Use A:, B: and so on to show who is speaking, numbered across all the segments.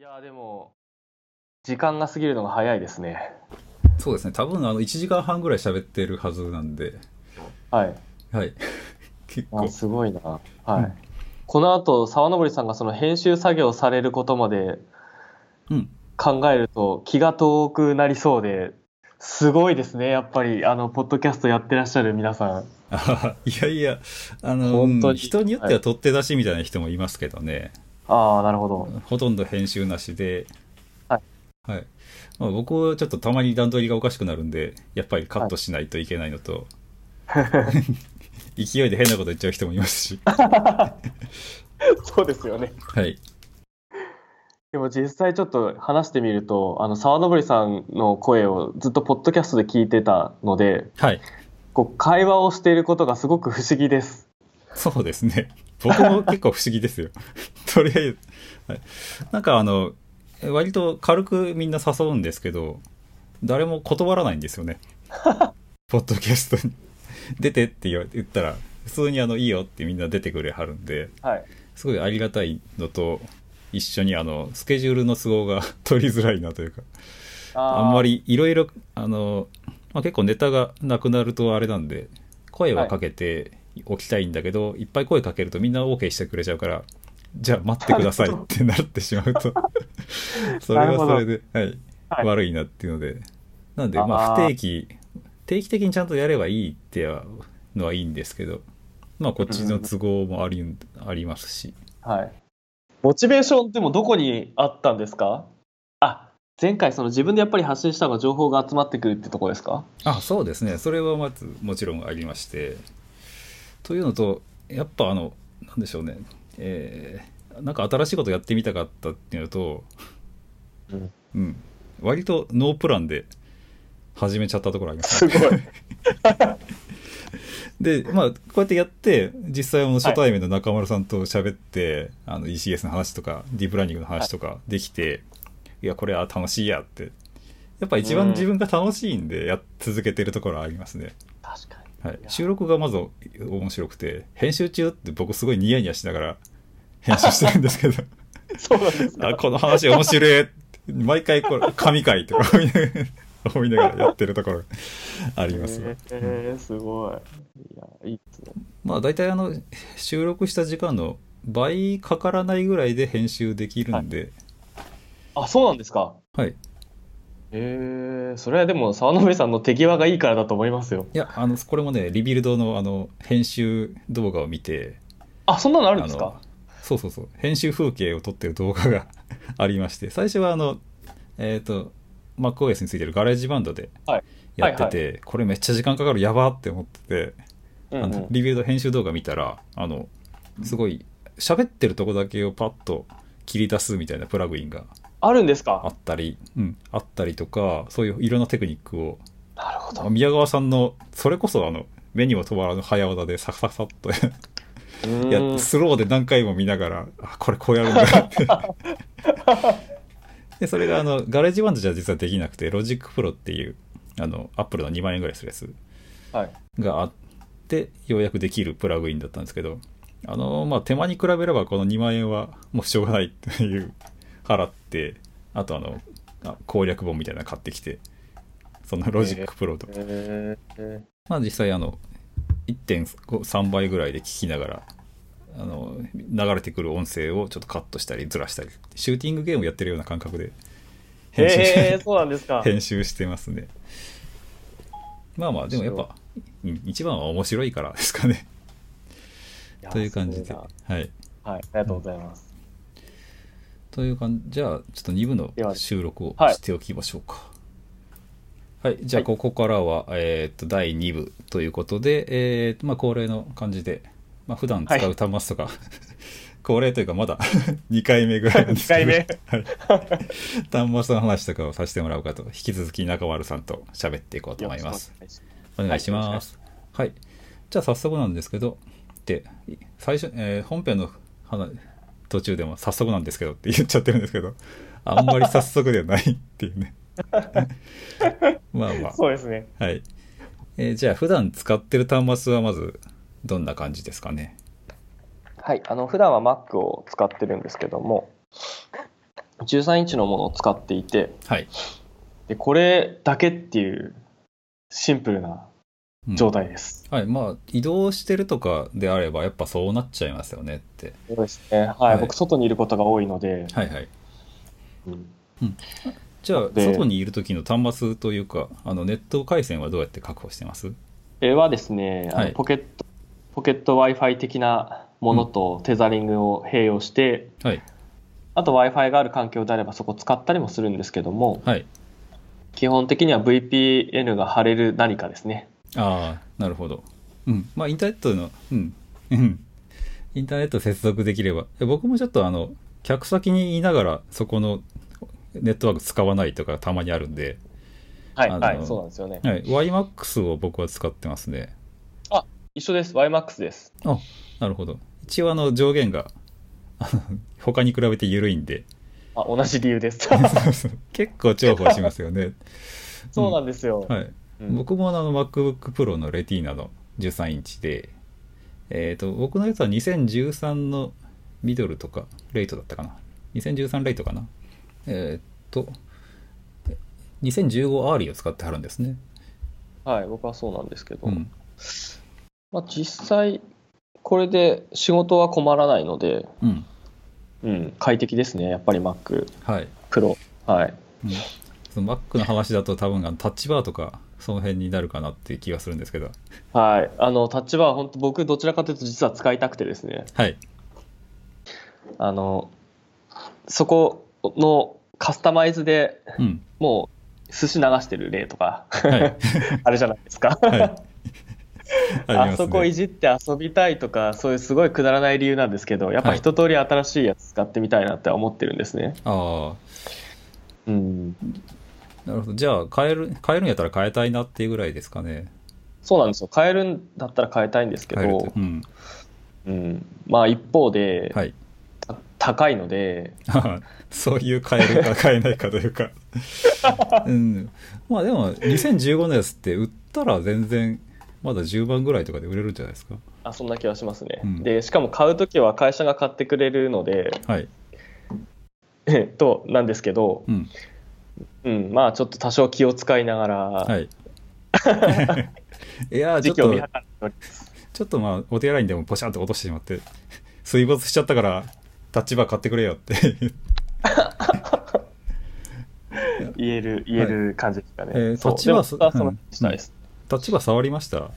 A: いやーでも、時間が過ぎるのが早いですね。
B: そうですね、多分あの1時間半ぐらい喋ってるはずなんで、
A: はい。
B: はい、結
A: あ
B: 構、
A: すごいな。はい。
B: うん
A: この後、沢登さんがその編集作業されることまで
B: うん、
A: 考えると気が遠くなりそうで、すごいですね。やっぱり、あの、ポッドキャストやってらっしゃる皆さん。
B: あは はいやいや、あの
A: 本当に
B: 人によっては取って出しみたいな人もいますけどね、
A: ああ、なるほど。
B: ほとんど編集なしで、
A: はい
B: はいまあ、僕はちょっとたまに段取りがおかしくなるんで、やっぱりカットしないといけないのと、 勢いで変なこと言っちゃう人もいます し、
A: そうですよね。
B: はい、
A: でも実際ちょっと話してみると、あの、沢登さんの声をずっとポッドキャストで聞いてたので、
B: はい、
A: こう、会話をしていることがすごく不思議です。
B: そうですね。僕も結構不思議ですよ。 とりあえず、はいなんかあの、割と軽くみんな誘うんですけど、誰も断らないんですよね。ポッドキャストに出てって言わ言ったら、普通にあの、いいよってみんな出てくれはるんで、
A: はい。
B: すごいありがたいのと、一緒にあの、スケジュールの都合が 取りづらいなというか、あんま
A: り。
B: りいろいろ、あの、まあ、結構ネタがなくなるとあれなんで、声はかけておきたいんだけど、い、っぱい声かけるとみんな OK してくれちゃうから、じゃあ待ってくださいってなってしまう と、それはそれで、はい、
A: はい
B: 悪いなっていうので、なんで、ま
A: あ
B: あ
A: ー
B: 不定期、定期的にちゃんとやればいいってはのはいいんですけど、まあこっちの都合もあり,、ありますし、
A: はい。モチベーションでもどこにあったんですかあ、前回その自分でやっぱり発信したのが情報が集まってくるってとこですか
B: あそうですねそれはまずもちろんありましてというのとやっぱあのなんでしょうねえーなんか新しいことやってみたかったっていうのと
A: うん、
B: うん割とノープランで始めちゃったところあります
A: す
B: ね
A: ごい。
B: でまあこうやってやって実際あの初対面の中丸さんと喋って、あの ECS の話とかディープラーニングの話とかできて、い、やこれは楽しいやってやっぱ一
A: うん
B: 番自分が楽しいんでやっ続けてるところはありますね、
A: 確かに。
B: はい
A: い、や
B: 収録がまず面白くて編集中って僕すごいニヤニヤしながら編集してるんですけど
A: そうなんです
B: あ
A: か。
B: この話面白い毎回これ神回とか思い ながら思いながらやってるところがあります、
A: えー、すごい。いや、いいっすね。
B: まあ大体あの収録した時間の倍かからないぐらいで編集できるんで、
A: あ、そうなんですか。
B: はいい、
A: えー、それはでも沢野さんの手際がいいからだと思いますよ。
B: やあのこれもねリビルドのあの編集動画を見て
A: あ、そんなのあるん
B: あ
A: です
B: の
A: か
B: そうそうそう編集風景を撮ってる動画が ありまして最初はあのえっ、と MacOS についてるガレージバンドで
A: はい
B: やってて、これめっちゃ時間かかるやばって思ってて、
A: うん
B: あ
A: うん
B: のリビルド編集動画見たらあのすごい喋ってるとこだけをパッと切り出すみたいなプラグインが
A: あるんです
B: あ
A: か
B: ったり、うん、あったりとかそういういろんなテクニックを
A: なるほど。
B: 宮川さんのそれこそあの目にも留まらぬ早技でサクサクサッといや
A: うーん
B: スローで何回も見ながらあこれこうやるんだって でそれがあのガレージバンドじゃ実はできなくてロジックプロっていうあのアップルの2万円ぐらいするやつ
A: はい。
B: があってようやくできるプラグインだったんですけどあのまあ手間に比べればこの2万円はもうしょうがないっていう払ってあとあのあ攻略本みたいなの買ってきてそのロジックプロと
A: えー、
B: まあ実際あの1.3倍ぐらいで聞きながらあの流れてくる音声をちょっとカットしたりずらしたりシューティングゲームやってるような感覚で編集,、
A: えー、そうなんですか。
B: 編集してますねまあまあでもやっぱうん一番は面白いからですかね
A: や
B: という感じで
A: それが
B: はい
A: はい、ありがとうございます。
B: という感じじゃあちょっと2部の
A: では
B: 収録を
A: はい
B: しておきましょうかはい、じゃあここからは、えーっと第2部ということで、えーっとまあ、恒例の感じで、まあ普段使
A: は
B: う端末とか、 恒例というかまだ 2回目ぐらいなんですけど
A: 二
B: はい端末の話とかをさせてもらおうかと引き続き中丸さんと喋っていこうと思います
A: よろしくお願いします。
B: お願いします。はい、じゃあ早速なんですけど、で最初、えー本編の話途中でも早速なんですけどって言っちゃってるんですけど、あんまり早速ではないっていうね。 まあ ま
A: そうですね。
B: あ。はい。えーじゃあ普段使ってる端末はまずどんな感じですかね。
A: はい、あの普段は Mac を使ってるんですけども、 13インチのものを使っていて
B: はい。
A: でこれだけっていうシンプルな
B: うん
A: 状態です、
B: はい。まあ、移動してるとかであれば、やっぱそうなっちゃいますよねって。
A: そうですねはい、
B: はい
A: 僕外にいることが多いので、
B: はいはい。
A: うん
B: じゃあ、
A: で
B: 外にいる時の端末というか、あの、ネット回線はどうやって確保してます
A: これはですね、あ
B: は
A: の
B: い
A: ポケットポケット w i f i 的なものとテザリングを併用して、
B: はい。
A: あと w i f i がある環境であればそこ使ったりもするんですけども
B: はい。
A: 基本的には VPN が貼れる何かですね
B: ああ、なるほど。うん。まあ、インターネットの、うん。うん。インターネット接続できれば。え僕もちょっと、あの、客先にいながら、そこのネットワーク使わないとかたまにあるんで、
A: はい
B: あの
A: はいそうなんですよね
B: はい。YMAX を僕は使ってますね。
A: 一緒です YMAX です
B: あ、なるほど。一応、あの、上限が、あの他に比べて緩いんで、
A: あ同じ理由です
B: 結構重宝しますよね。
A: そうなんですよ、
B: はい。
A: うん
B: 僕もあの MacBook Pro のレティーナの13インチで、えっ、と、僕のやつは2013のミドルとか、レイトだったかな。2013レイトかな。えっ、と、2015R を使ってはるんですね。
A: はい僕はそうなんですけど、
B: うん。
A: まあ、実際これで仕事は困らないので、
B: うん。
A: うん、快適ですねやっぱり Mac
B: はい。
A: Pro はい
B: うん、その Mac の話だと多分あのタッチバーとか、その辺になるかなっていう気がするんですけど。
A: はい、あのタッチバー、本当、僕、どちらかというと、実は使いたくてですね、
B: はい。
A: あのそこのカスタマイズで
B: うん。
A: もう、寿司流してる例とか、
B: はい。はい。
A: あれじゃないですか、
B: りますね
A: あそこいじって遊びたいとか、そういうすごいくだらない理由なんですけど、やっぱ
B: はい
A: 一通り新しいやつ使ってみたいなって思ってるんですね。
B: ああ、
A: うん、
B: なるほど。じゃあ、変える、変えるんやったら変えたいなっていうぐらいですかね。
A: そうなんですよ、変えるんだったら変えたいんですけ
B: 変えると
A: ど、。
B: うん。
A: うん、まあ一方で、
B: はい。
A: た高いので、
B: そういう変えるか変えないかという か、うん、まあでも2015のやつって売ったら全然まだ10万ぐらいとかで売れるんじゃないですか
A: あそんな気はしますね。
B: うん
A: でしかも買うときは会社が買ってくれるので、
B: はい、
A: えっと、なんですけど、
B: うん
A: うん、まあちょっと多少気を使いながら、
B: はい いやーちょ
A: 時期
B: っ
A: を見計
B: と
A: らっております。
B: ちょっとまあお手洗いにでもポシャンと落としてしまって水没しちゃったからタッチバー買ってくれよって
A: 言える、言える感じですかね。
B: えー
A: そう
B: 立場は
A: でも僕は
B: そ
A: その
B: うん
A: したいです。
B: タッチバー触りました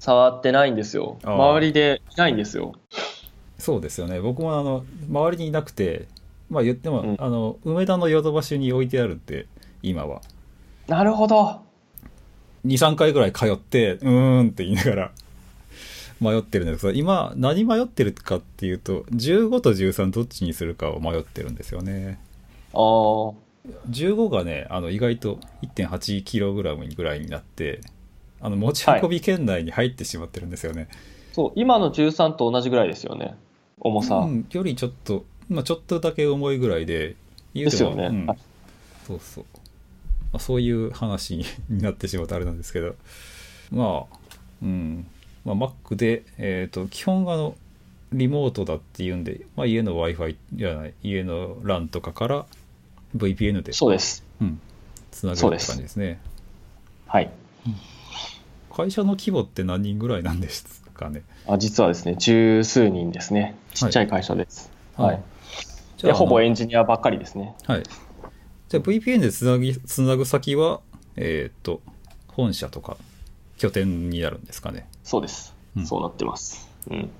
A: 触ってないんですよ。
B: あー
A: 周りでいないんですよ。
B: そうですよね僕もあの周りにいなくてまあ言っても、
A: うん
B: あの梅田のヨドバシに置いてあるって今は
A: なるほど。
B: 23回ぐらい通ってうーんって言いながら迷ってるんですけど今何迷ってるかっていうと15と13どっちにするかを迷ってるんですよね
A: あ
B: 15がねあの意外と 1.8kg ぐらいになってあの持ち運び圏内に入ってしまってるんですよね、
A: あ、そう、今の13と同じぐらいですよね。重さ。
B: うん、よりちょっと、まあ、ちょっとだけ重いぐらいで言
A: で
B: うても
A: すよね
B: うん
A: はい
B: そうそう、まあ、そういう話にになってしまうとあれなんですけどまあうん、まあ、Mac で、えー、と基本あのリモートだっていうんで、まあ、家の w i f i じゃない家の LAN とかから VPN で
A: そうです。
B: うんつなげる
A: そう
B: っ
A: で
B: て
A: す
B: 感じですね
A: はい。
B: 会社の規模って何人ぐらいなんですかね
A: あ実はですね、十数人ですね。ちっちゃい会社です。はい。
B: あじゃ
A: で
B: あ
A: ほぼ
B: あの
A: エンジニアばっかりですね。
B: はい。じゃあ VPN でつなぎ、つなぐ先は、えーっと、本社とか拠点になるんですかね。
A: そうです。
B: うん
A: そうなってます。うん。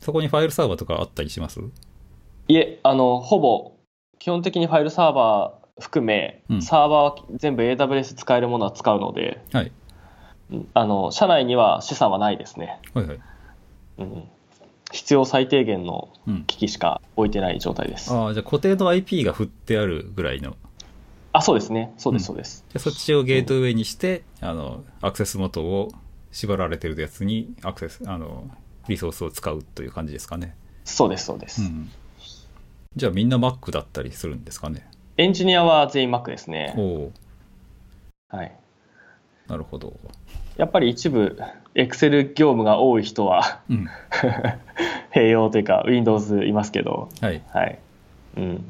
B: そこにファイルサーバーとかあったりします
A: いえ、あの、ほぼ、基本的にファイルサーバー含め、
B: うん
A: サーバーは全部 AWS 使えるものは使うので、
B: はい。
A: うんあの、社内には資産はないですね。
B: はいはい。
A: うん。必要最低限の
B: うん。
A: 機器しか置いてない状態です。あ
B: ああ、じゃあ固定の IP が振ってあるぐらいの。
A: そうですね。そうで
B: うん
A: す、そうです。
B: でそっちをゲートウェイにして、あの、アクセス元を縛られてるやつにアクセス、あの、リソースを使うという感じですかね。
A: そうです、そうです。
B: うん。じゃあみんな Mac だったりするんですかね。
A: エンジニアは全員 Mac です
B: お
A: ね。
B: お
A: はい。
B: ーなるほど。
A: やっぱり一部、Excel 業務が多い人は
B: うん。
A: 併用というか、Windows いますけど、
B: はい。
A: はい。うん。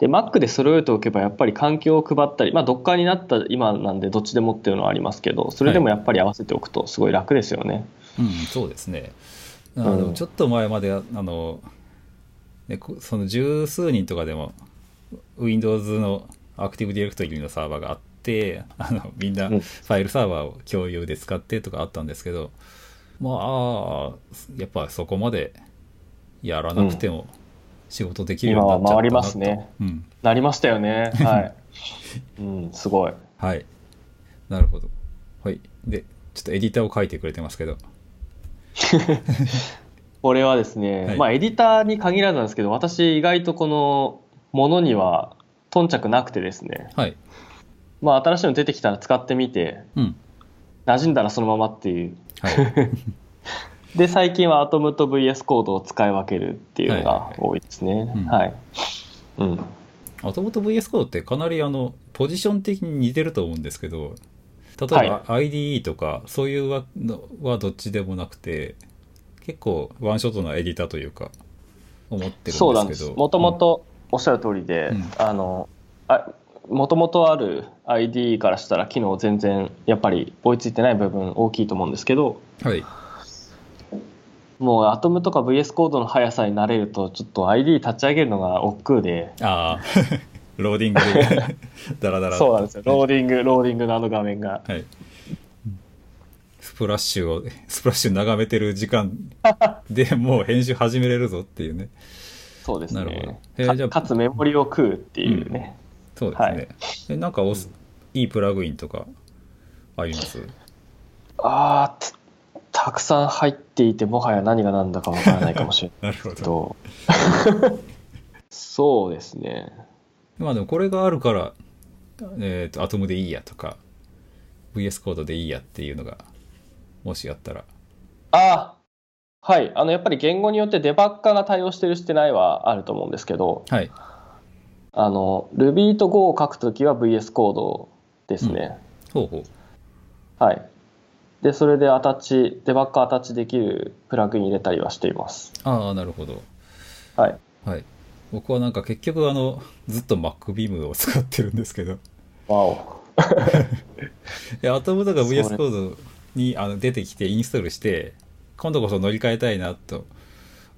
A: で、Mac で揃えておけば、やっぱり環境を配ったり、まあ、Docker になった今なんで、どっちでもっていうのはありますけど、それでもやっぱり合わせておくと、すごい楽ですよね。
B: うん、そうですね。あの
A: うん
B: ちょっと前まで、あの、ね、こその十数人とかでも、Windows の Active Directory のサーバーがあって、あのみんな
A: う
B: フ
A: ん
B: ァイルサーバーを共有で使ってとかあったんですけど、まああー、やっぱそこまでやらなくても仕事できるようになっちゃったなと、
A: 今は回りますね
B: うん。
A: なりましたよね。 はい。うん、すごい。
B: はい。なるほど。はい。で、ちょっとエディターを書いてくれてますけど。
A: これはですね、
B: はい
A: まあエディターに限らずなんですけど私意外とこのものには頓着なくてですね
B: はい。
A: まあ新しいの出てきたら使ってみて
B: うん。
A: 馴染んだらそのままっていう
B: はい。
A: で最近はアトムと VS コードを使い分けるっていうの
B: はい
A: が多いですね
B: うん
A: はい、うん、
B: もともと VS コードってかなりあの、ポジション的に似てると思うんですけど、例えば IDE とか、そういうわのはどっちでもなくて、結構ワンショットなエディターというか、思ってるんですけど。
A: そうなんですもともとおっしゃる通りで、
B: うん
A: あのあもともとある ID からしたら機能全然やっぱり追いついてない部分大きいと思うんですけど、
B: うんはい。
A: もうアトムとか VS コードの速さになれるとちょっと ID 立ち上げるのが億劫で
B: ああ、ローディン グ で、ダラダラ。
A: そうなんですよローディングローディングのあの画面が
B: はい。スプラッシュを、スプラッシュ眺めてる 時間でもう編集始めれるぞっていうね。
A: そうです
B: なるほ
A: ね
B: どへーじゃあ
A: かかつメモリを食うっていうね、
B: そうですね。
A: はい
B: えなんかおす、いいプラグインとかあります
A: ああーたたくさん入っていてもはや何が何だかわからないかもしれない
B: なるほ
A: け
B: ど。
A: ど そうですね
B: まあでもこれがあるから、えっ、と、アトムでいいやとか、VS コードでいいやっていうのが、もしあったら。
A: ああはいあのやっぱり言語によってデバッカーが対応してるしてないはあると思うんですけど
B: はい。
A: あの Ruby と Go を書くときは VS コードですね、
B: ほうほう。
A: はい。で、それでアタッチ、デバッグアタッチできるプラグイン入れたりはしています。
B: ああ、なるほど。
A: はい。
B: はい。僕はなんか結局あの、ずっと MacBeam を使ってるんですけど。
A: わお。
B: で、アトムとか
A: それ
B: VS コードにあの出てきてインストールして、今度こそ乗り換えたいなと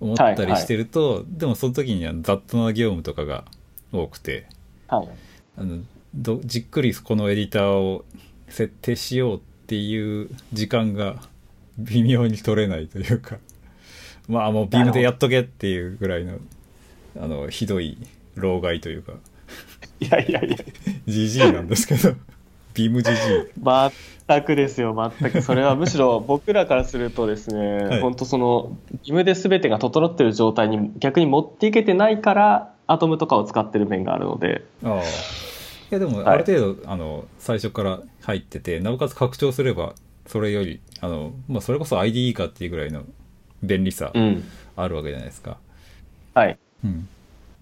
B: 思ったりしてると、でもその時には雑多な業務とかが多くて、
A: はい。
B: あのどじっくりこのエディターを設定しようっていう時間が 微妙に取れないというか、 まあもうビームでやっとけっていうぐらいの、あの、ひどい老害というか、
A: いやいやいや、
B: ジジイなんですけど、 ビームジジイ。
A: 全くですよ、全く。それはむしろ僕らからするとですね、
B: はい
A: 本当その、義務で全てが整ってる状態に逆に持っていけてないから、アトムとかを使ってる面があるので、
B: ああいやでも
A: は
B: あ
A: い
B: る程度、あの最初から入っててなおかつ拡張すればそれよりあの、まあ、それこそ IDE かっていうぐらいの便利さ
A: うん。
B: あるわけじゃないですか、
A: はい。
B: うん、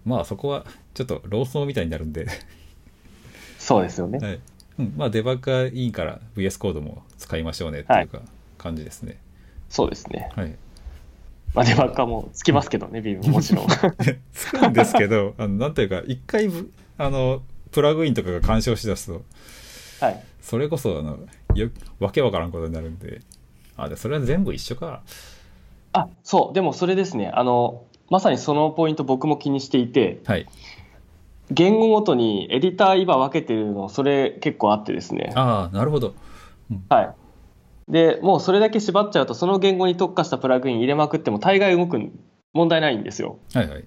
B: まあそこはちょっと論争みたいになる んで、
A: そうですよね。
B: はいうん、まあデバッグがいいから VS コードも使いましょうねっていうか感じですね
A: そうですね。
B: はい、
A: まあ、デバッカーもつきますけどね、ビームもちろ ん。
B: つくんですけど あのなんていうか一回ぶあのプラグインとかが干渉しだすと
A: はい。
B: それこそあのよわけわからんことになるんであでそれは全部一緒か
A: あ、そう、でもそれですね、あの、まさにそのポイント僕も気にしていて、
B: はい
A: 言語ごとにエディター今分けてるのそれ結構あってですね
B: ああなるほど
A: はいでもうそれだけ縛っちゃうとその言語に特化したプラグイン入れまくっても大概動くん問題ないんですよ
B: はいはい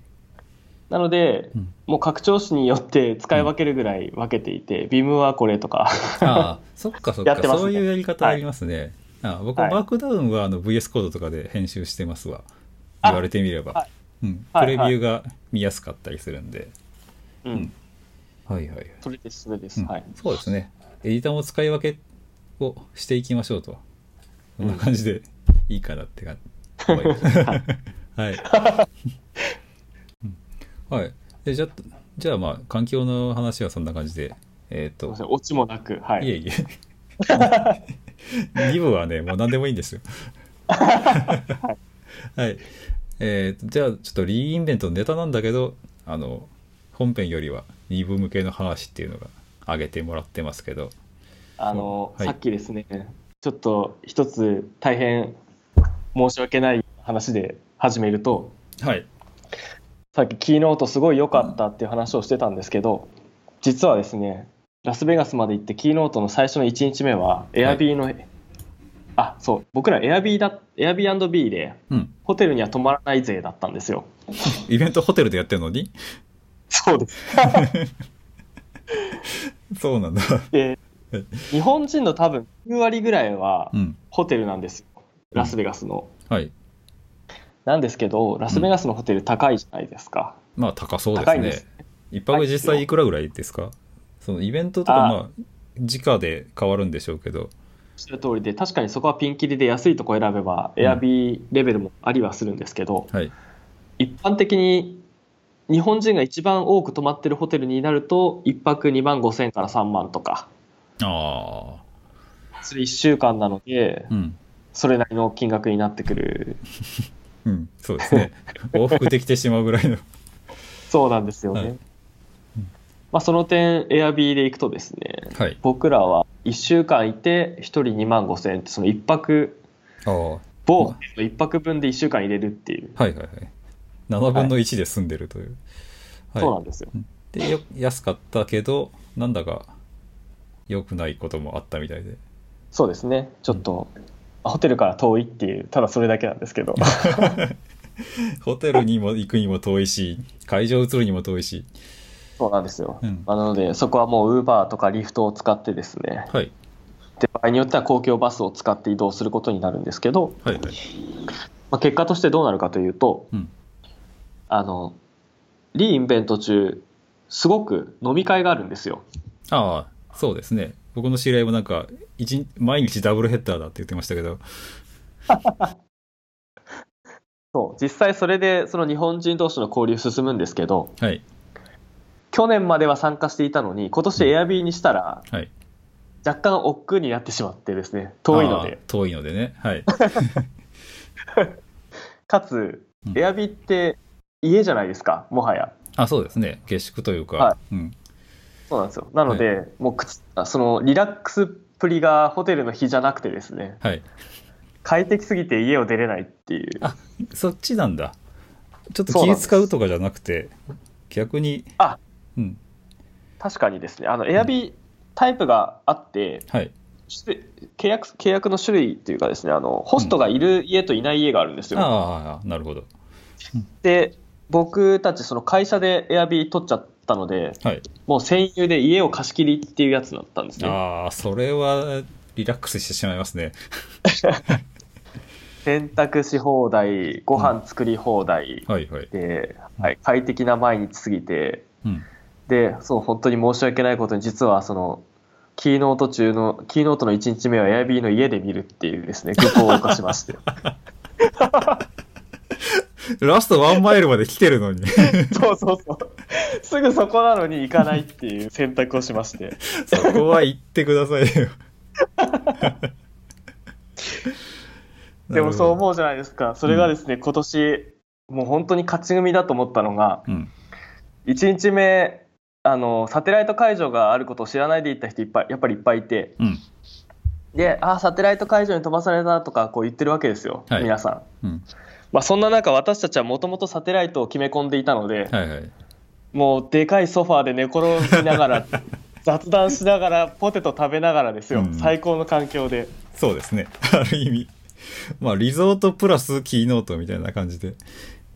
A: なので、
B: うん
A: もう拡張子によって使い分けるぐらい分けていて、ビームはこれと か
B: ああそっかそっ
A: や
B: か、
A: ってますね
B: そういうやり方ありますね、ああ僕、
A: はい
B: マークダウンはあの VS コードとかで編集してますわ
A: あ
B: 言われてみれば、
A: は
B: うん、
A: は
B: プ
A: い
B: レビューが見やすかったりするんで、
A: うん、
B: んはい、はいはい
A: それですそれです、
B: うん
A: はい
B: そうですねエディターも使い分けをしていきましょうとこ
A: うんん
B: な感じでいいかなって感じ、思います はい、うんはい、でじゃあじゃあまあ環境の話はそんな感じでえっ、
A: すい
B: と
A: ませんオチもなくはいい
B: えいえ 2部はねもう何でもいいんですよはいえーとじゃあちょっとリーインベントのネタなんだけどあの本編よりは2部向けの話っていうのが挙げてもらってますけど
A: あの、
B: はい
A: さっきですねちょっと一つ大変申し訳ない話で始めると
B: はい
A: さっきキーノートすごい良かったっていう話をしてたんですけど実はですねラスベガスまで行ってキーノートの最初の1日目はエアビーの、あそう僕らエアビーだエアビー &B で
B: うん
A: ホテルには泊まらない税だったんですよ
B: イベントホテルでやってるのに
A: そうです
B: そうなんだ
A: で
B: はい
A: 日本人の多分9割ぐらいは
B: うん
A: ホテルなんですよラスベガスの、
B: はい
A: なんですけどラスベガスのホテル高いじゃないですか、
B: まあ高そうです
A: 高い
B: ね
A: んです
B: 一泊実際いくらぐらいですかそのイベントとか
A: あ
B: まあ直で変わるんでしょうけど
A: おっしゃる通りで確かにそこはピンキリで安いとこ選べばエアビーレベルもありはするんですけど、
B: はい
A: 一般的に日本人が一番多く泊まってるホテルになると1泊2万5千から3万とか
B: ああ
A: それ1週間なので
B: うん
A: それなりの金額になってくる
B: うんそうです ね往復できてしまうぐらいの
A: そうなんですよね、
B: はいうん
A: まあ、その点エアビーで行くとですね
B: はい
A: 僕らは1週間いて1人2万5千円ってその1泊
B: ああは
A: 某ホテルの1泊分で1週間入れるっていう、
B: いはいはい7分の1で済んでるという、はい
A: そうなんですよ
B: でよ安かったけどなんだか良くないこともあったみたいで
A: そうですね、ちょっと、ホテルから遠いっていう、ただそれだけなんですけど、
B: ホテルにも行くにも遠いし会場移るにも遠いし
A: そうなんですよ。
B: うん
A: なので、そこはもう、ウーバーとかリフトを使ってですね、
B: はい
A: で場合によっては公共バスを使って移動することになるんですけど、
B: はいはい
A: まあ、結果としてどうなるかというと、
B: うん
A: あのリーインベント中、すごく飲み会があるんですよ。
B: ああそうですね僕の知り合いもなんか一日毎日ダブルヘッダーだって言ってましたけど
A: そう実際それでその日本人同士の交流進むんですけど
B: はい
A: 去年までは参加していたのに今年エアビーにしたら
B: はい
A: 若干億劫になってしまってですね遠いので
B: ああ遠いのでねはい
A: かつ
B: う、ん
A: エアビーって家じゃないですか、もはや。
B: あそうですね下宿というか、
A: は
B: うん
A: そうなんですよ。なので、もう靴あそのリラックスっぷりがホテルの日じゃなくてですね、
B: はい
A: 快適すぎて家を出れないっていう。
B: あそっちなんだちょっと
A: そう
B: 気
A: なんです
B: 使うとかじゃなくて逆に
A: あ
B: うん
A: 確かにですね、あのエアビータイプがあって、
B: はい
A: 種類契約契約の種類というかですね、あのホストがいる家といない家があるんですよ。
B: ああなるほど
A: で、僕たち、その会社でエアビー取っちゃったので、
B: はい
A: もう専有で家を貸し切りっていうやつだったんですね。
B: ああそれはリラックスしてしまいますね
A: 洗濯し放題、ご飯作り放題、
B: はいはい
A: で、はい、快適な毎日過ぎて
B: うん
A: でそう本当に申し訳ないことに実はそのキーノート中のキーノートの1日目はエアビーの家で見るっていうですね愚行を犯しまして
B: ラストワンマイルまで来て るのに
A: そうそうそうすぐそこなのに行かないっていう選択をしまして
B: そこは行ってくださいよ
A: でもそう
B: う
A: 思うじゃないですかそれがですね、今年もう本当に勝ち組だと思ったのが
B: うん
A: 1日目あのサテライト会場があることを知らないで行った人いっぱいやっぱりいっぱいいて
B: うん
A: であーサテライト会場に飛ばされたとかこう言ってるわけですよ、
B: はい
A: 皆さん
B: うん
A: まあ、そんな中私たちはもともとサテライトを決め込んでいたので、
B: はいはい
A: もうでかいソファーで寝転びなが ら雑談しながらポテト食べながらですよ、
B: うん
A: 最高の環境で
B: そうですね ある意味まあリゾートプラスキーノートみたいな感じで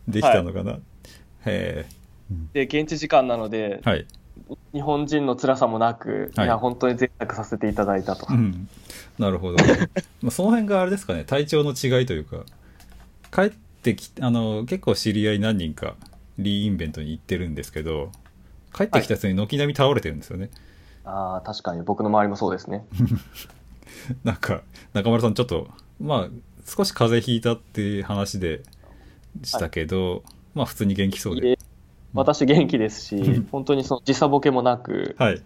B: できたのかな、へ
A: で現地時間なので、
B: えはい
A: 日本人の辛さもなく、
B: はい
A: い、や本当に贅沢させていただいたと、
B: うんなるほど まあその辺があれですかね体調の違いというか帰ってきあの結構知り合い何人かリーインベントに行ってるんですけど帰ってきた人に軒並み倒れてるんですよね、
A: ああ確かに僕の周りもそうですね
B: なんか中村さんちょっとまあ少し風邪ひいたっていう話でしたけど、まあ普通に元気そうで
A: で私元気ですし本当にその時差ボケもなく
B: はい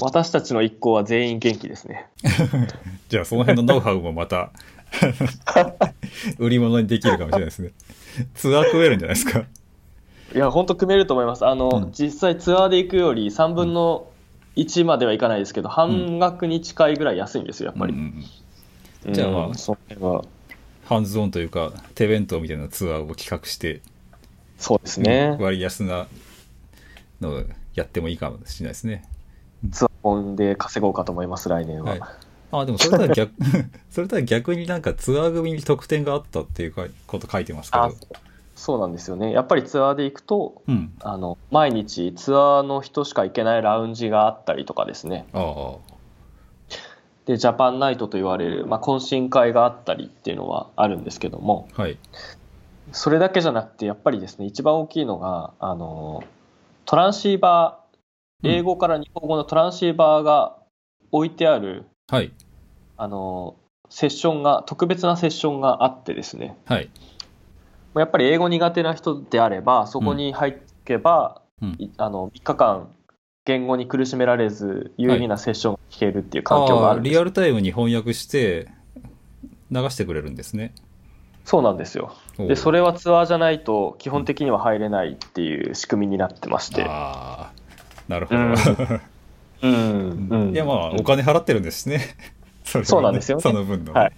A: 私たちの一行は全員元気ですね
B: じゃあその 辺のノウハウもまた売り物にできるかもしれないですねツアー食えるんじゃないですか
A: いや、本当組めると思います。あの、
B: うん
A: 実際ツアーで行くより3分の1まではいかないですけど、半額に近いぐらい安いんですよ、やっぱり。
B: うんうんうん
A: うん
B: じゃあ
A: それは、
B: ハンズオンというか手弁当みたいなツアーを企画して、
A: そうですね。
B: 割安なのをやってもいいかもしれないですね
A: ツアー本で稼ごうかと思います、来年は。
B: はいあでもそれとは逆 それとは逆になんかツアー組に特典があったっていうかこと書いてますけ
A: あ
B: ど、
A: そうなんですよね。やっぱりツアーで行くと、
B: うん、
A: あの毎日ツアーの人しか行けないラウンジがあったりとかですね。
B: ああ
A: で、ジャパンナイトと言われる、まあ、懇親会があったりっていうのはあるんですけども、
B: はい
A: それだけじゃなくて、やっぱりですね、一番大きいのが、あの、トランシーバー、英語から日本語のトランシーバーが置いてある、
B: はい
A: あの、セッションが、特別なセッションがあってですね、
B: はい
A: やっぱり英語苦手な人であれば、そこに入っていけば、
B: うん
A: いあの3日間、言語に苦しめられず、有意義なセッションが聞けるっていう環境があるんです
B: リアルタイムに翻訳して流してくれるんですね
A: そうなんですよ。で、そ
B: れ
A: れはツアーじゃないと、基本的には入れないっていう仕組みになってまして。
B: ああなるほど、
A: うんうん
B: いやまあお金払ってるんですしね それはね
A: そうなんですよね
B: その分の、
A: はい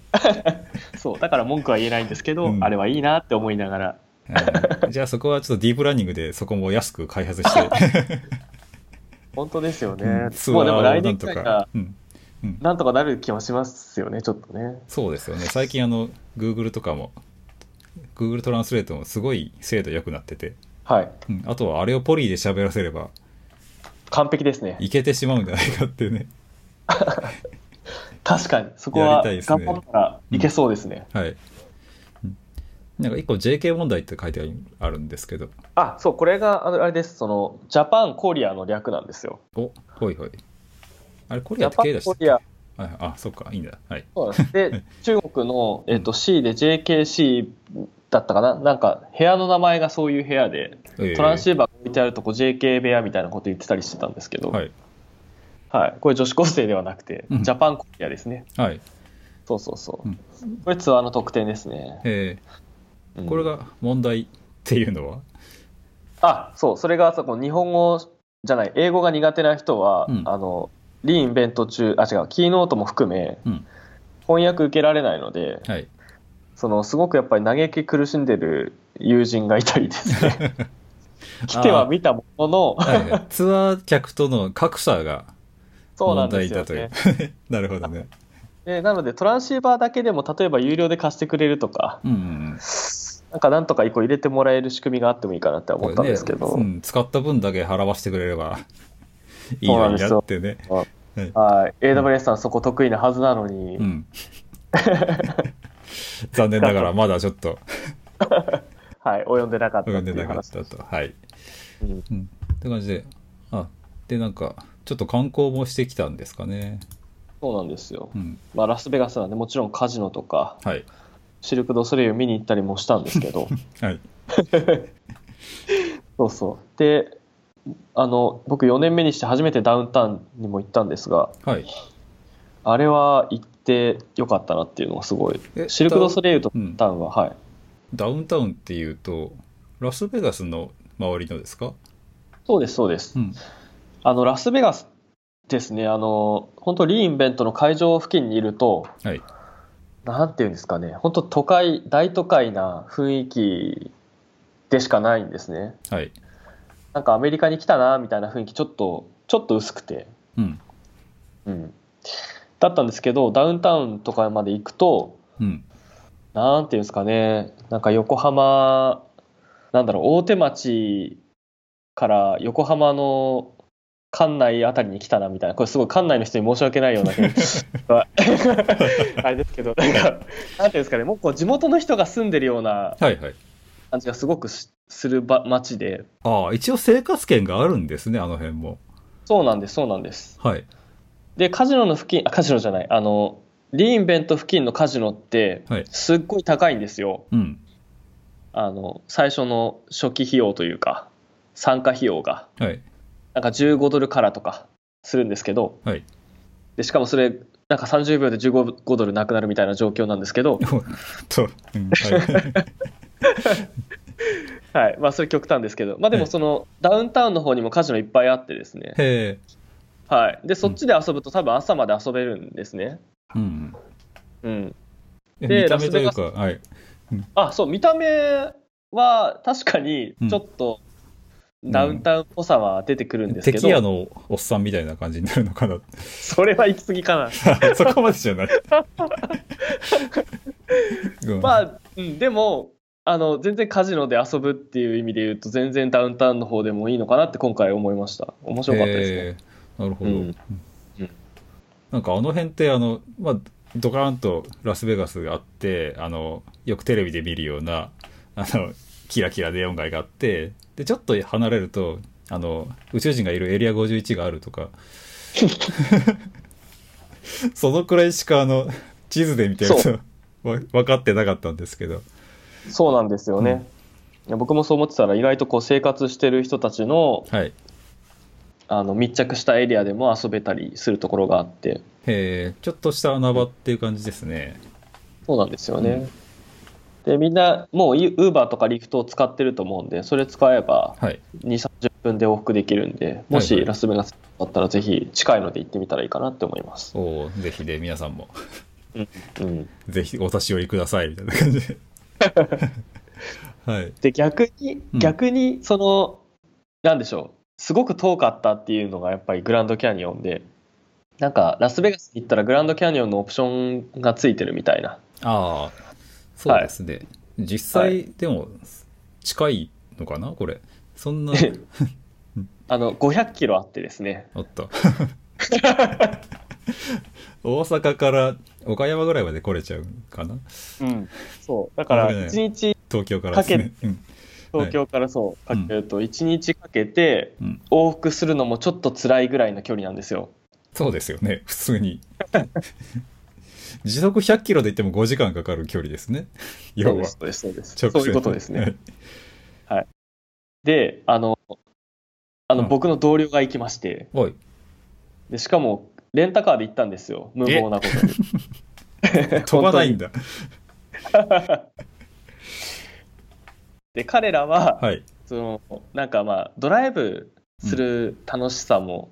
A: そうだから文句は言えないんですけど、
B: うん
A: あれはいいなって思いながら
B: うんじゃあそこはちょっとディープラーニングでそこも安く開 発して、
A: 本当ですよね、
B: ツアー
A: もうでも
B: を
A: 来
B: な
A: 年
B: ん
A: く
B: と
A: らいか、
B: からうん、
A: なんとかなる気もしますよねちょっとね
B: そうですよね最近あの Google とかも Google トランスレートもすごい精度良くなってて、
A: はい
B: うんあとはあれをポリーで喋らせれば
A: 完璧ですね
B: いけてしまうんじゃないかっていうね
A: 確かにそこ
B: やり
A: は
B: たいです
A: 頑
B: ね
A: 張ったらいけそうですね
B: はい、うんなんか一個 JK 問題って書いてあるんですけど
A: あそうこれがあのあれですそのジャパンコリアの略なんですよ
B: おほいほいあれコリ
A: ジ
B: ア
A: ャ
B: って
A: パ
B: K
A: ン
B: だし
A: コリア
B: ああそっかいいんだはい
A: そうなんです で中国の、えっと C で JKC だったかななんか部屋の名前がそういう部屋でトランシーバーが置いてあるとこ JK 部屋みたいなこと言ってたりしてたんですけど、
B: はい
A: はい、これ女子高生ではなくて、
B: うん
A: ジャパンコリアですね。
B: はい
A: そうそうそう。
B: うん
A: これツアーの特典ですね。
B: え
A: うん
B: ーこれが問題っていうのは
A: あそう、それがそこ日本語じゃない、英語が苦手な人は、
B: うん
A: あのリーンイベント中、あ違う、キーノートも含め、
B: うん
A: 翻訳受けられないので、
B: はい
A: そのすごくやっぱり嘆き苦しんでる友人がいたりです ね。来ては見たものの、
B: はいはい、ツアー客との格差が
A: そうな
B: 問
A: んで
B: 題
A: す
B: だ
A: よ
B: という
A: ね。
B: なるほどね。
A: でなので、トランシーバーだけでも、例えば有料で貸してくれるとか、
B: うんうん
A: なんかなんとか一個入れてもらえる仕組みがあってもいいかなって
B: うん、
A: 思ったんですけ
B: こ
A: ど、
B: れねうん使った分だけ払わせてくれ ればいいのになってね。
A: はい、AWS さんそこ得意なはずなのに、
B: うん、 残念ながらまだちょっと
A: はい、及んでなかったって
B: 分かんで
A: いう
B: なかっ
A: 話
B: た
A: です。
B: と。はい。
A: うん
B: うん、って感じで、あで、なんか、ちょっと観光もしてきたんですかね。
A: そうなんですよ
B: う。ん、
A: まあ、ラスベガスなんでもちろんカジノとか
B: はい。
A: シルク・ドゥソレイユ見に行ったりもしたんですけ ど
B: はい。
A: そうそうであの僕4年目にして初めてダウンタウンにも行ったんですが
B: はい。
A: あれは行ってよかったなっていうのがすごい
B: え
A: シルク・ドゥソレイユと
B: う
A: ダ
B: ん
A: ウンタウンは、はい
B: ダウンタウンっていうと、ラスベガスの周りのですか
A: そうですそうです、
B: うん。
A: あのラスベガスですねあの本当リーインベントの会場付近にいると
B: はい。
A: なんていうんですかね、本当都会、大都会な雰囲気でしかないんですね。
B: はい。
A: なんかアメリカに来たなみたいな雰囲気、ちょっと、ちょっと薄くて、
B: うん。
A: うん。だったんですけど、ダウンタウンとかまで行くと、
B: うん。
A: なんていうんですかね、なんか横浜、なんだろう、大手町から横浜の館内あたりに来たなみたいな、これすごい館内の人に申し訳ないようなああれですけど、なんか、なんていうんですかね、もうこう地元の人が住んでるような
B: はいはい。
A: 感じがすごくしするば街で、
B: ああ、一応生活圏があるんですね、あの辺も。
A: そうなんです、そうなんです。
B: はい。
A: で、カジノの付近、あ、カジノじゃない、あの、リーンベント付近のカジノって
B: はい、
A: すっごい高いんですよ。
B: うん。
A: あの最初の初期費用というか参加費用が
B: はい。
A: なんか15ドルからとかするんですけど
B: はい。
A: でしかもそれなんか30秒で15ドルなくなるみ たいな状況なんですけど
B: と、うん、はい。
A: はい。まあ、それ極端ですけど。まあ、でもその、ダウンタウンの方にもカジノいっぱいあってですね。
B: へえ。
A: はい。で、そっちで遊ぶと多分朝まで遊べるんですね。
B: うん。
A: うん。
B: え
A: で
B: 見た目という
A: ラス
B: か、はい。
A: あ、そう、見た目は確かにちょっとダウンタウンっぽさは出てくるんですけど、
B: 敵屋のおっさんみたいな感じになるの かな。
A: それは行き過ぎかな。
B: そこまで じゃない。うん
A: まあ、うん、でも、あの、全然カジノで遊ぶっていう意味で言うと、全然ダウンタウンの方でもいいのかなって今回思いました。面白かったですね。
B: えーなるほど、
A: うん
B: う
A: う
B: ん
A: ん
B: なんかあの辺ってあの、まあ、ドカーンとラスベガスがあってあのよくテレビで見るようなあのキラキラで音街があってでちょっと離れるとあの宇宙人がいるエリア51があるとか そのくらいしかあの地図で見てる
A: そ
B: と わ分かってなかったんですけど
A: そうなんですよね。いや僕もそう思ってたら、意外とこう生活してる人たちの
B: はい
A: あの密着したエリアでも遊べたりするところがあって、
B: えーちょっとした穴場っていう感じですね
A: そうなんですよね。で、みんな、もうウーバーとかリフトを使ってると思うんで、それ使えば
B: はい
A: 2、30分で往復できるんで、も
B: はい
A: し
B: はい
A: ラスベガスだったら、ぜひ近いので行ってみたらいいかなって思います。
B: おーぜひで皆さんも
A: うん
B: ぜひお差し寄りくださいみたいな感じで。はい。
A: で逆に
B: うん
A: 逆にその、なんでしょうすごく遠かったっていうのがやっぱりグランドキャニオンでなんかラスベガスに行ったらグランドキャニオンのオプションがついてるみたいな
B: ああ、そうですね。実際、
A: は
B: でも、近いのかなこれ。そんな、
A: あの500キロあってですね
B: あった。 大阪から岡山ぐらいまで来れちゃうかな
A: うんそうだから
B: 危ない
A: 1日
B: 東京からですね。うん
A: 東京からそう
B: は
A: か
B: い
A: けると1日かけて
B: うん
A: 往復するのもちょっと辛いぐらいの距離なんですよ
B: そうですよね。普通に。時速100キロで行っても5時間かかる距離ですね。
A: そ
B: 要
A: うで
B: は
A: す。そうですそうです
B: 直
A: そう
B: 線
A: いうことですね。であのあの
B: うん
A: 僕の同僚が行きまして
B: はい。 はい
A: でしかもレンタカーで行ったんですよ無謀なことに
B: 飛ばないんだ。
A: で彼らは、
B: はい。
A: そのなんかまあドライブする楽しさも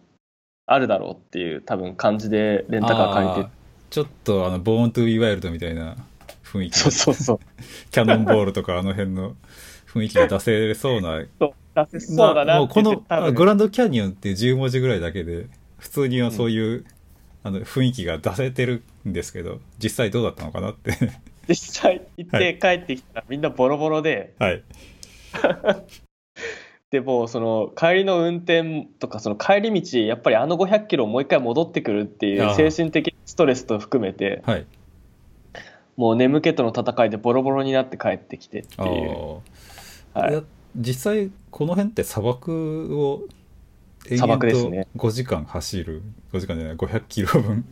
A: あるだろうっていう、多分感じでレンタカー借りて
B: あーちょっとあのボーン・トゥ・ビワイルドみたいな雰囲気
A: そうそう そう
B: キャノンボールとかあの辺の雰囲気が出せそうな
A: そう出せ そうだな
B: もう
A: って
B: こ
A: 言って
B: の
A: 多
B: あ
A: 分
B: グランドキャニオンっていう10文字ぐらいだけで普通にはそういう、あの雰囲気が出せてるんですけど実際どうだったのかなって
A: 実際行っ
B: は
A: て帰ってきたらみんなボロボロで
B: はい
A: でもうその帰りの運転とかその帰り道やっぱりあの500キロもう一回戻ってくるっていう
B: あ
A: 精
B: ー
A: 神的ストレスと含めて
B: はい
A: もう眠気との戦いでボロボロになって帰ってきてって
B: あ
A: いう、
B: ー
A: はいい、
B: や実際この辺って砂漠を延
A: 砂
B: 々
A: 漠です
B: と
A: ね
B: 5時間走る、5時間じゃない500キロ 分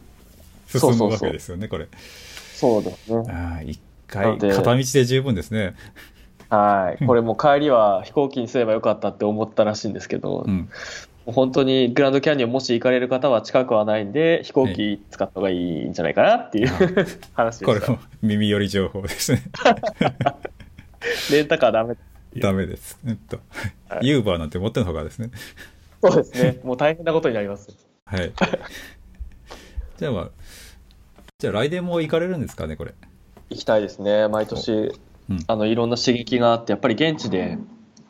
A: そう
B: 進
A: そ
B: む
A: うそう
B: わけですよねこれ
A: そうですね
B: ああ、一
A: な
B: 回、
A: ので
B: 片道で十分ですね。
A: はい、これもう帰りは飛行機にすればよかったって思ったらしいんですけど、
B: う
A: も
B: ん。
A: う本当にグランドキャニオンもし行かれる方は近くはないんで飛行機使った方がいいんじゃないかなっていう 話で
B: こ
A: し
B: れ
A: た
B: も耳寄り情報ですね。
A: レンタカーダメ
B: ダメです。うんと。
A: はい
B: ユーバーなんて持ってのほかですね。
A: そうですね もう大変なことになります
B: はい。じゃあまあ、じゃあ来年も行かれるんですかね、これ。
A: 行きたいですね毎年、
B: うん
A: あのいろんな刺激があってやっぱり現地で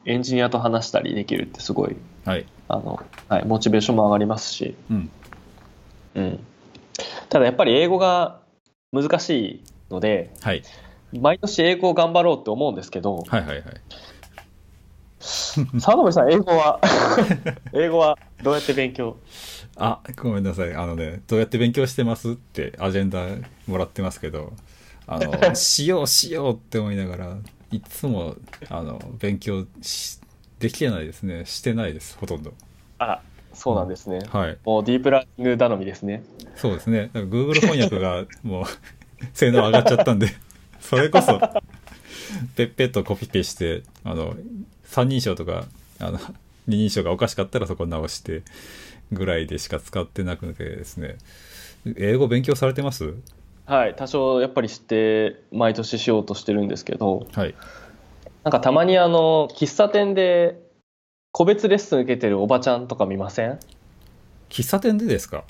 A: エンジニアと話したりできるってすごい
B: はい。
A: あの、はい、モチベーションも上がりますし、
B: うん。
A: うん、ただやっぱり英語が難しいので
B: はい。
A: 毎年英語を頑張ろうって思うんですけど、
B: はいはいはい。
A: 澤野さん、英語 は、英語はどうやって勉強
B: あ、ごめんなさい。あのね、どうやって勉強してますってアジェンダもらってますけど、あの、しようしようって思いながら、いつも、あの、勉強し、できてないですね。してないです、ほとんど。
A: あら、そうなんですね。
B: はい。
A: もうディープラーニング頼みですね。
B: そうですね。だから Google 翻訳がもう性能上がっちゃったんで、それこそ、ペッペッとコピペして、あの、三人称とか、あの、二人称がおかしかったらそこ直して、ぐらいでしか使ってなくてですね。英語勉強されてます
A: はい、多少やっぱり知って、毎年しようとしてるんですけど、
B: はい。
A: なんかたまにあの、喫茶店で個別レッスン受けてるおばちゃんとか見ません
B: 喫茶店でですか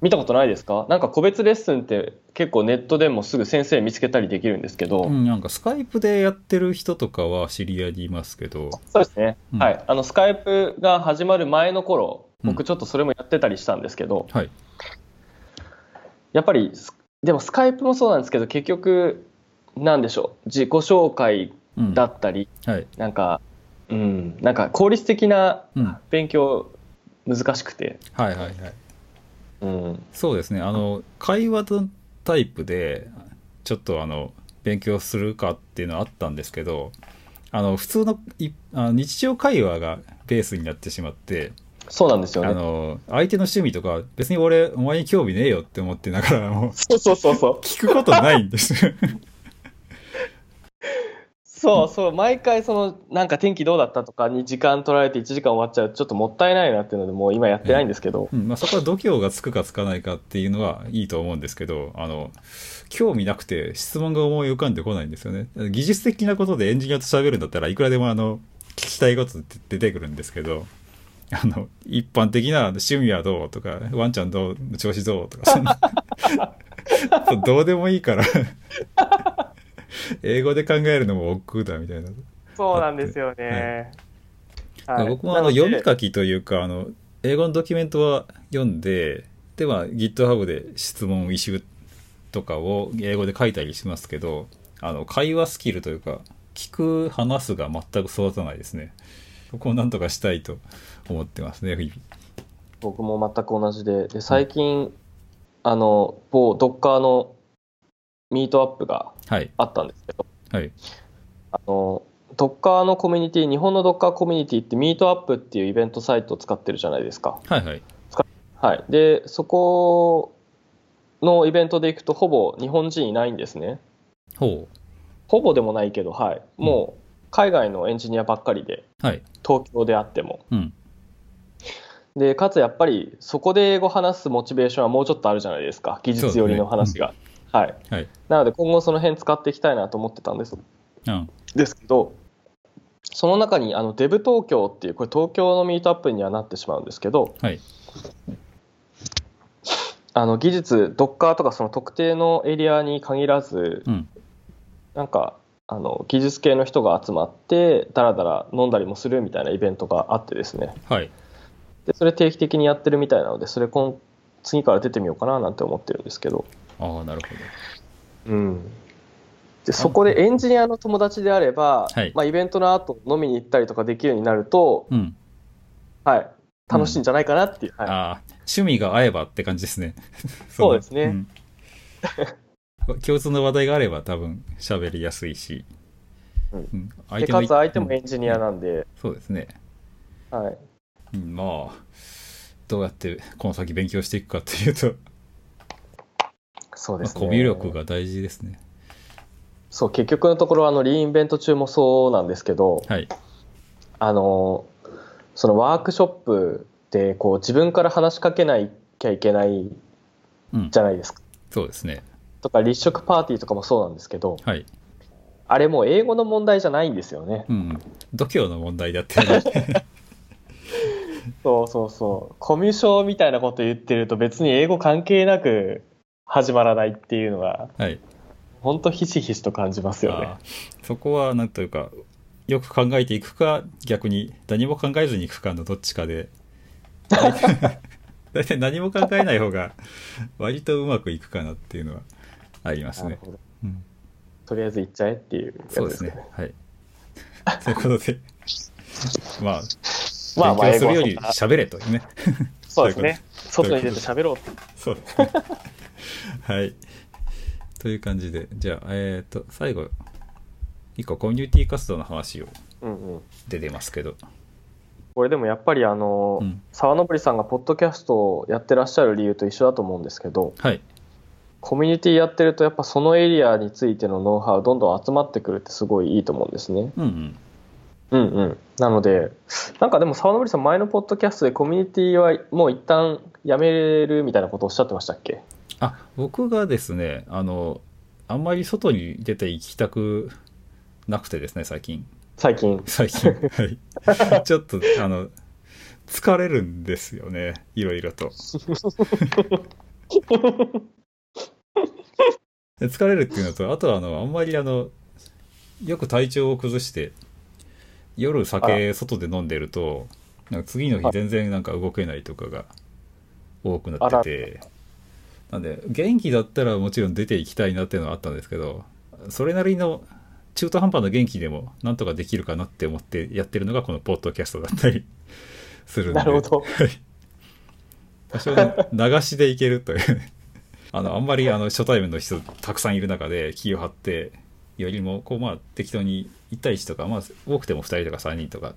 A: 見たことないですかなんか個別レッスンって結構ネットでもすぐ先生見つけたりできるんですけど、
B: うん、なんかスカイプでやってる人とかは知り合いにいますけど、
A: そうですね、
B: うん
A: はいあのスカイプが始まる前の頃
B: うん
A: 僕ちょっとそれもやってたりしたんですけど、
B: はい。
A: やっぱりスでもスカイプもそうなんですけど結局なんでしょう自己紹介
B: うん、
A: だったり、
B: はい。
A: なんかうんなんか効率的な
B: うん。は
A: 勉強難しくて、
B: いはいはい。
A: うん、
B: そうですね。あの、会話のタイプで、ちょっとあの、勉強するかっていうのはあったんですけど、あの、普通のいあの日常会話がベースになってしまって、
A: そうなんですよ
B: あ
A: ね
B: の、相手の趣味とか、別に俺、お前に興味ねえよって思ってながら、もう、
A: そうそうそうそう
B: 聞くことないんです。
A: そうそう毎回そのなんか天気どうだったとかに時間取られて1時間終わっちゃうとちょっともったいないなっていうのでもう今やってないんですけど、
B: うんまあ、そこは度胸がつくかつかないかっていうのはいいと思うんですけどあの興味なくて質問が思い浮かんでこないんですよね技術的なことでエンジニアと喋るんだったらいくらでもあの聞きたいことって出てくるんですけどあの一般的な趣味はどうとかワンちゃんどう調子どうとか そんなどうでもいいから英語で考えるのも億劫だみたいな
A: そうなんですよね、はい
B: 僕もあ
A: な
B: の
A: で
B: 読み書きというかあの英語のドキュメントは読んででは GitHub で質問イシューとかを英語で書いたりしますけどあの会話スキルというか聞く話すが全く育たないですねここをなんとかしたいと思ってますね日々
A: 僕も全く同じでで最近、あの某ドッカーのミートアップが
B: はい
A: あったんですけど
B: はい
A: あのドッカーのコミュニティ日本のドッカーコミュニティってミートアップっていうイベントサイトを使ってるじゃないですか
B: はいはい
A: はいでそこのイベントで行くとほぼ日本人いないんですね
B: ほ
A: ほぼでもないけどはいもう海外のエンジニアばっかりで
B: うはい
A: 東京であっても
B: うん
A: でかつやっぱりそこで英語話すモチベーションはもうちょっとあるじゃないですか技術寄りの話が、はい
B: はい
A: なので今後その辺使っていきたいなと思ってたんです
B: うん
A: ですけどその中にあのデブ東京っていうこれ東京のミートアップにはなってしまうんですけど
B: はい
A: あの技術 Docker とかその特定のエリアに限らず
B: うん
A: なんかあの技術系の人が集まってだらだら飲んだりもするみたいなイベントがあってですね
B: はい
A: でそれ定期的にやってるみたいなのでそれ今次から出てみようかななんて思ってるんですけど
B: ああなる
A: うん、でそこでエンジニアの友達であれば、
B: はい
A: まあ、イベントの後飲みに行ったりとかできるようになると、
B: ほどうん
A: はい、楽しいんじゃないかなっていう、はい
B: ああ趣味が合えばって感じですね
A: そうですね
B: うん共通の話題があれば多分喋りやすいし、
A: うん
B: ん
A: でかつ相手も
B: うん
A: エンジニアなんで、
B: そうですね、
A: はい、
B: うんまあどうやってこの先勉強していくかっていうと、
A: そう
B: ま
A: で
B: あ
A: すね、
B: コミュ力が大事ですね
A: そう結局のところあのリーンイベント中もそうなんですけど
B: はい
A: あのそのワークショップでこう自分から話しかけなきゃいけない
B: うん
A: じゃないですか。
B: そうですね
A: とか立食パーティーとかもそうなんですけど
B: はい、
A: あれもう英語の問題じゃないんですよね。
B: うん、度胸の問題だってね
A: そうそうそう。コミュ障みたいなこと言ってると別に英語関係なく始まらないっていうのは、
B: はい
A: ほんとひしひしと感じますよね。
B: あーそこはなんというかよく考えていくか逆に何も考えずにいくかのどっちかで 大体大体何も考えない方が割とうまくいくかなっていうのはあります
A: なる
B: ね、
A: ほど。
B: うん、
A: とりあえず行っちゃえっていうやつ
B: そうですね。はいということで まあ
A: まあまあ、
B: 勉強するよ
A: 英
B: り
A: 語は
B: 喋れという ね
A: そうですね。
B: そうい
A: 外
B: うこ
A: に
B: と
A: 出て喋ろう
B: そうですねはいという感じでじゃあえっ、と最後一個コミュニティ活動の話を
A: うんうん。
B: 出てますけど、
A: これでもやっぱりあの、
B: うん、
A: 沢登さんがポッドキャストをやってらっしゃる理由と一緒だと思うんですけど、
B: はい
A: コミュニティやってるとやっぱそのエリアについてのノウハウどんどん集まってくるってすごいいいと思うんですね。
B: うんうん
A: うんうん、なので、なんかでも沢登さん、前のポッドキャストでコミュニティはもう一旦やめるみたいなことをおっしゃってましたっけ
B: あ僕がですねあのあんまり外に出て行きたくなくてですね最近
A: 最近。
B: 最近はいちょっとあの疲れるんですよねいろいろとで疲れるっていうのとあとはあのあんまりあのよく体調を崩して夜酒外で飲んでるとなんか次の日
A: はい
B: 全然なんか動けないとかが多くなっててなんで元気だったらもちろん出ていきたいなっていうのはあったんですけどそれなりの中途半端な元気でもなんとかできるかなって思ってやってるのがこのポッドキャストだったりするんで
A: なるほど。
B: 多少ね流しでいけるという ねあのあんまりあの初対面の人たくさんいる中で気を張ってよりもこうまあ適当に1対1とか、まあ、多くても2人とか3人とか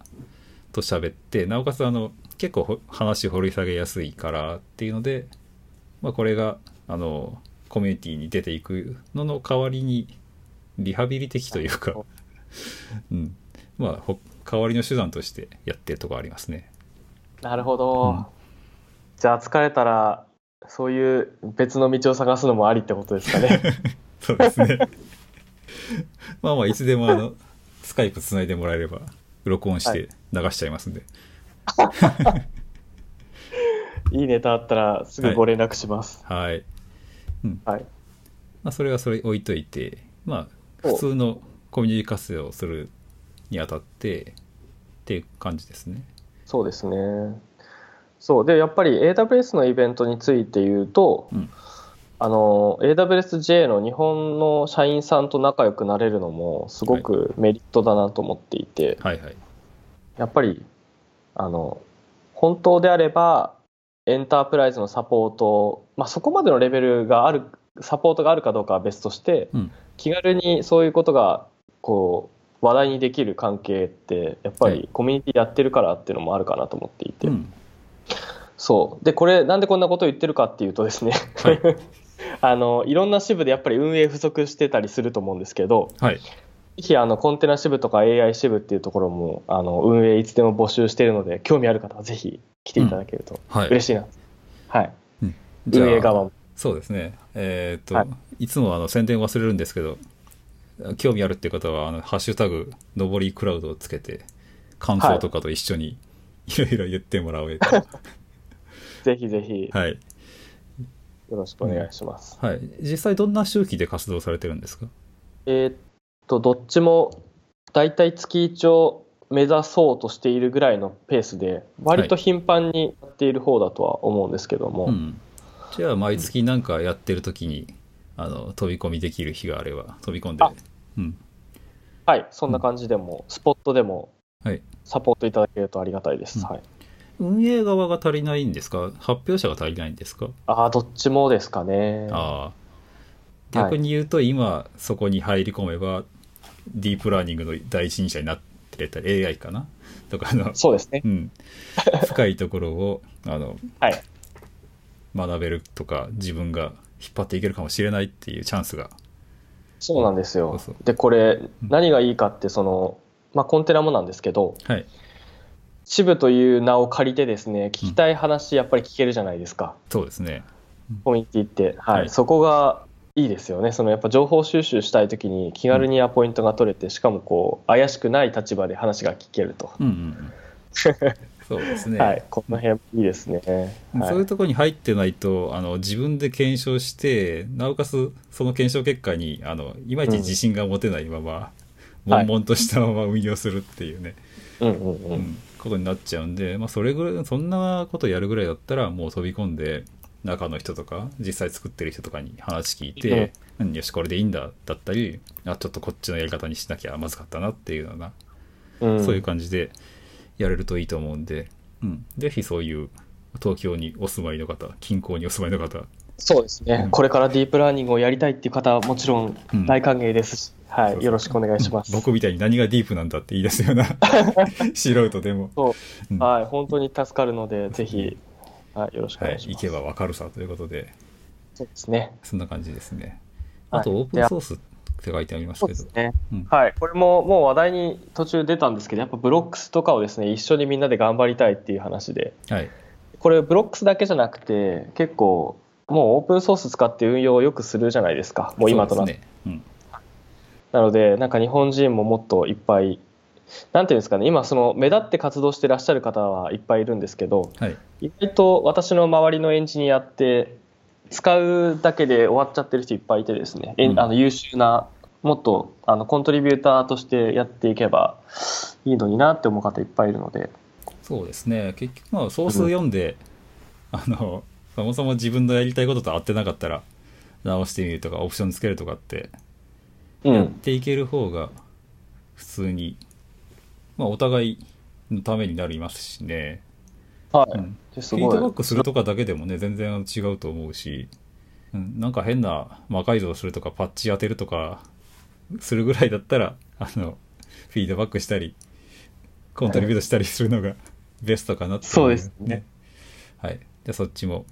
B: と喋ってなおかつあの結構ほ話を掘り下げやすいからっていうので、まあ、これがあのコミュニティに出ていくのの代わりにリハビリ的というか、うん、まあほ代わりの手段としてやってるとこありますね。
A: なるほ
B: うん
A: ど。じゃあ疲れたら、そういう別の道を探すのもありってことですか ね。
B: そうですね。 まあまあ、いつでもあの、スカイプつないでもらえれば、録音して流しちゃいますんで。
A: いいネタあったらすぐご連絡します。
B: はい。
A: はい。
B: まあ、それはそれ置いといて、まあ、
A: お
B: 普通のコミュニティ活用をするにあたって、っていう感じですね。
A: そうですね。そうでやっぱり AWS のイベントについて言うと、
B: うん
A: あの AWSJ の日本の社員さんと仲良くなれるのもすごくメリットだなと思っていて、
B: はいはい。
A: やっぱりあの本当であればエンタープライズのサポート、まあ、そこまでのレベルがあるサポートがあるかどうかは別として、
B: うん
A: 気軽にそういうことがこう話題にできる関係ってやっぱ
B: はい
A: りコミュニティやってるからっていうのもあるかなと思っていて、
B: うん。
A: そうでこれなんでこんなことを言ってるかっていうとですね、
B: はい
A: あのいろんな支部でやっぱり運営不足してたりすると思うんですけど、
B: はい。
A: ぜひあのコンテナ支部とか AI 支部っていうところもあの運営いつでも募集しているので興味ある方はぜひ来ていただけると
B: はい。
A: 嬉しいな、はい
B: じゃあ
A: 運営側も
B: そうですね。えーっと、、
A: はい
B: つもあの宣伝忘れるんですけど、興味あるっていう方は、あの、ハッシュタグ、のぼりクラウドをつけて、感想とかと一緒に、いろいろ言ってもらおうと。
A: ぜひぜひよ
B: はい。
A: ろしくお願いします、
B: はい。実際どんな周期で活動されてるんですか
A: えーっとどっちもだいたい月一を目指そうとしているぐらいのペースで割と頻繁にやっている方だとは思うんですけども、
B: うん。じゃあ、毎月なんかやってる時に、あの、飛び込みできる日があれば、飛び込んで
A: あ。
B: うん。
A: はいそんな感じでも、スポットでも
B: はい
A: サポートいただけるとありがたいです、
B: うん
A: はい、
B: 運営側が足りないんですか発表者が足りないんですか
A: ああどっちもですかね
B: ああ
A: はい
B: 逆に言うと今そこに入り込めばディープラーニングの第一人者になってたり AI かなとか の、
A: そうですね
B: うん、深いところをあの、
A: はい
B: 学べるとか自分が引っ張っていけるかもしれないっていうチャンスが
A: そうなんです
B: そう
A: よ
B: そう。
A: で、これ、何がいいかって、その、まあ、コンテナもなんですけど、
B: はい
A: 支部という名を借りてですね、聞きたい話、やっぱり聞けるじゃないですか、
B: そうですね
A: コミュニティって。はい。
B: はい
A: そこがいいですよね。その、やっぱ情報収集したいときに、気軽にアポイントが取れて、しかも、こう、怪しくない立場で話が聞けると。
B: うんうんうん そうですね、
A: はい。この辺、いいですね。は
B: そういう
A: い。
B: ところに入ってないとあの自分で検証してなおかつその検証結果にあのいまいち自信が持てないまま、
A: うんはい
B: 悶々としたまま運用するっていうね、
A: うんうんう。
B: うんん、ことになっちゃうんで、まあ、それぐらいそんなことやるぐらいだったらもう飛び込んで中の人とか実際作ってる人とかに話聞いて、うん、よしこれでいいんだだったりあちょっとこっちのやり方にしなきゃまずかったなっていうような
A: うん、
B: そういう感じでやれるといいと思うんで、うん、ぜひそういう東京にお住まいの方、近郊にお住まいの方、
A: そうですね、
B: うん
A: これからディープラーニングをやりたいっていう方は、もちろん
B: うん
A: 大歓迎ですし、は
B: そうそう
A: い。よろしくお願いします。
B: 僕みたいに何がディープなんだって言い出すよう な素人でも、
A: そう
B: うん
A: はい、本当に助かるので、ぜひ、はい、よろしくお
B: は
A: 願
B: い
A: い、しま
B: 行
A: す。
B: けばわかるさということで、
A: そうですね。
B: そんな感じですね。
A: はい
B: あと、オープンソースって書いてあります
A: そう
B: け
A: で
B: ど
A: す、ね。
B: うん
A: はい、これももう話題に途中出たんですけど、やっぱブロックスとかをですね、一緒にみんなで頑張りたいっていう話で、
B: はい、
A: これブロックスだけじゃなくて、結構、もうオープンソース使って運用をよくするじゃないですか、もう今となって。
B: そうですね。うん
A: なのでなんか日本人ももっといっぱいなんていうんですかね今その目立って活動してらっしゃる方はいっぱいいるんですけど
B: はい。
A: 意外と私の周りのエンジニアって使うだけで終わっちゃってる人いっぱいいてですね、え
B: うん
A: あの優秀なもっとあのコントリビューターとしてやっていけばいいのになって思う方いっぱいいるので
B: そうですね。結局、まあ、ソース読んで、あの、そもそも自分のやりたいことと合ってなかったら、直してみるとか、オプションつけるとかって、
A: う
B: やっ
A: ん
B: ていける方が、普通に、まあ、お互いのためになりますしね。
A: はい、
B: うん
A: です
B: フィ
A: ごい
B: ードバックするとかだけでもね、全然違うと思うし、うん、なんか変な魔改造するとか、パッチ当てるとか、するぐらいだったら、 あの、フィードバックしたり、コントリビュートしたりするのが ベストかなってい
A: そうですね。
B: はい。じゃあそっちも。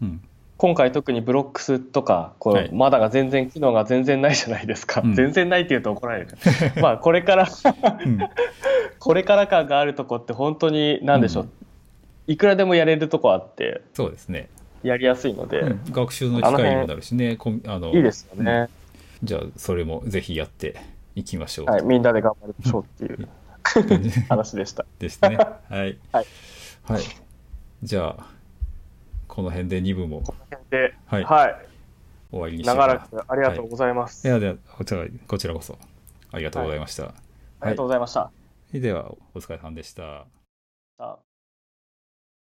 B: うん。
A: 今回特にブロックスとかこ
B: は
A: う
B: い
A: まだが全然機能が全然ないじゃないですか、
B: うん
A: 全然ないっていうと怒られる まあこれから
B: うん、
A: これから感があるとこって本当に何でしょう、
B: うん
A: いくらでもやれるとこあって
B: そうですね、
A: やりやすいので、
B: うん学習の機会にもなるしね。コミあの
A: いいですよね、
B: じゃあそれもぜひやっていきましょう。
A: はい、みんなで頑張りましょうっていう 話でした。
B: です ね。はい。
A: はい。
B: はい。じゃあ、この辺で2部も
A: で、
B: はい
A: はい、
B: 終わりにしよう
A: 長
B: から
A: くありがとうございます。
B: いや、では、こちら、こちらこそ、ありがとうございました。
A: ありがとうございました。
B: では、お疲れさんでした。
A: さあ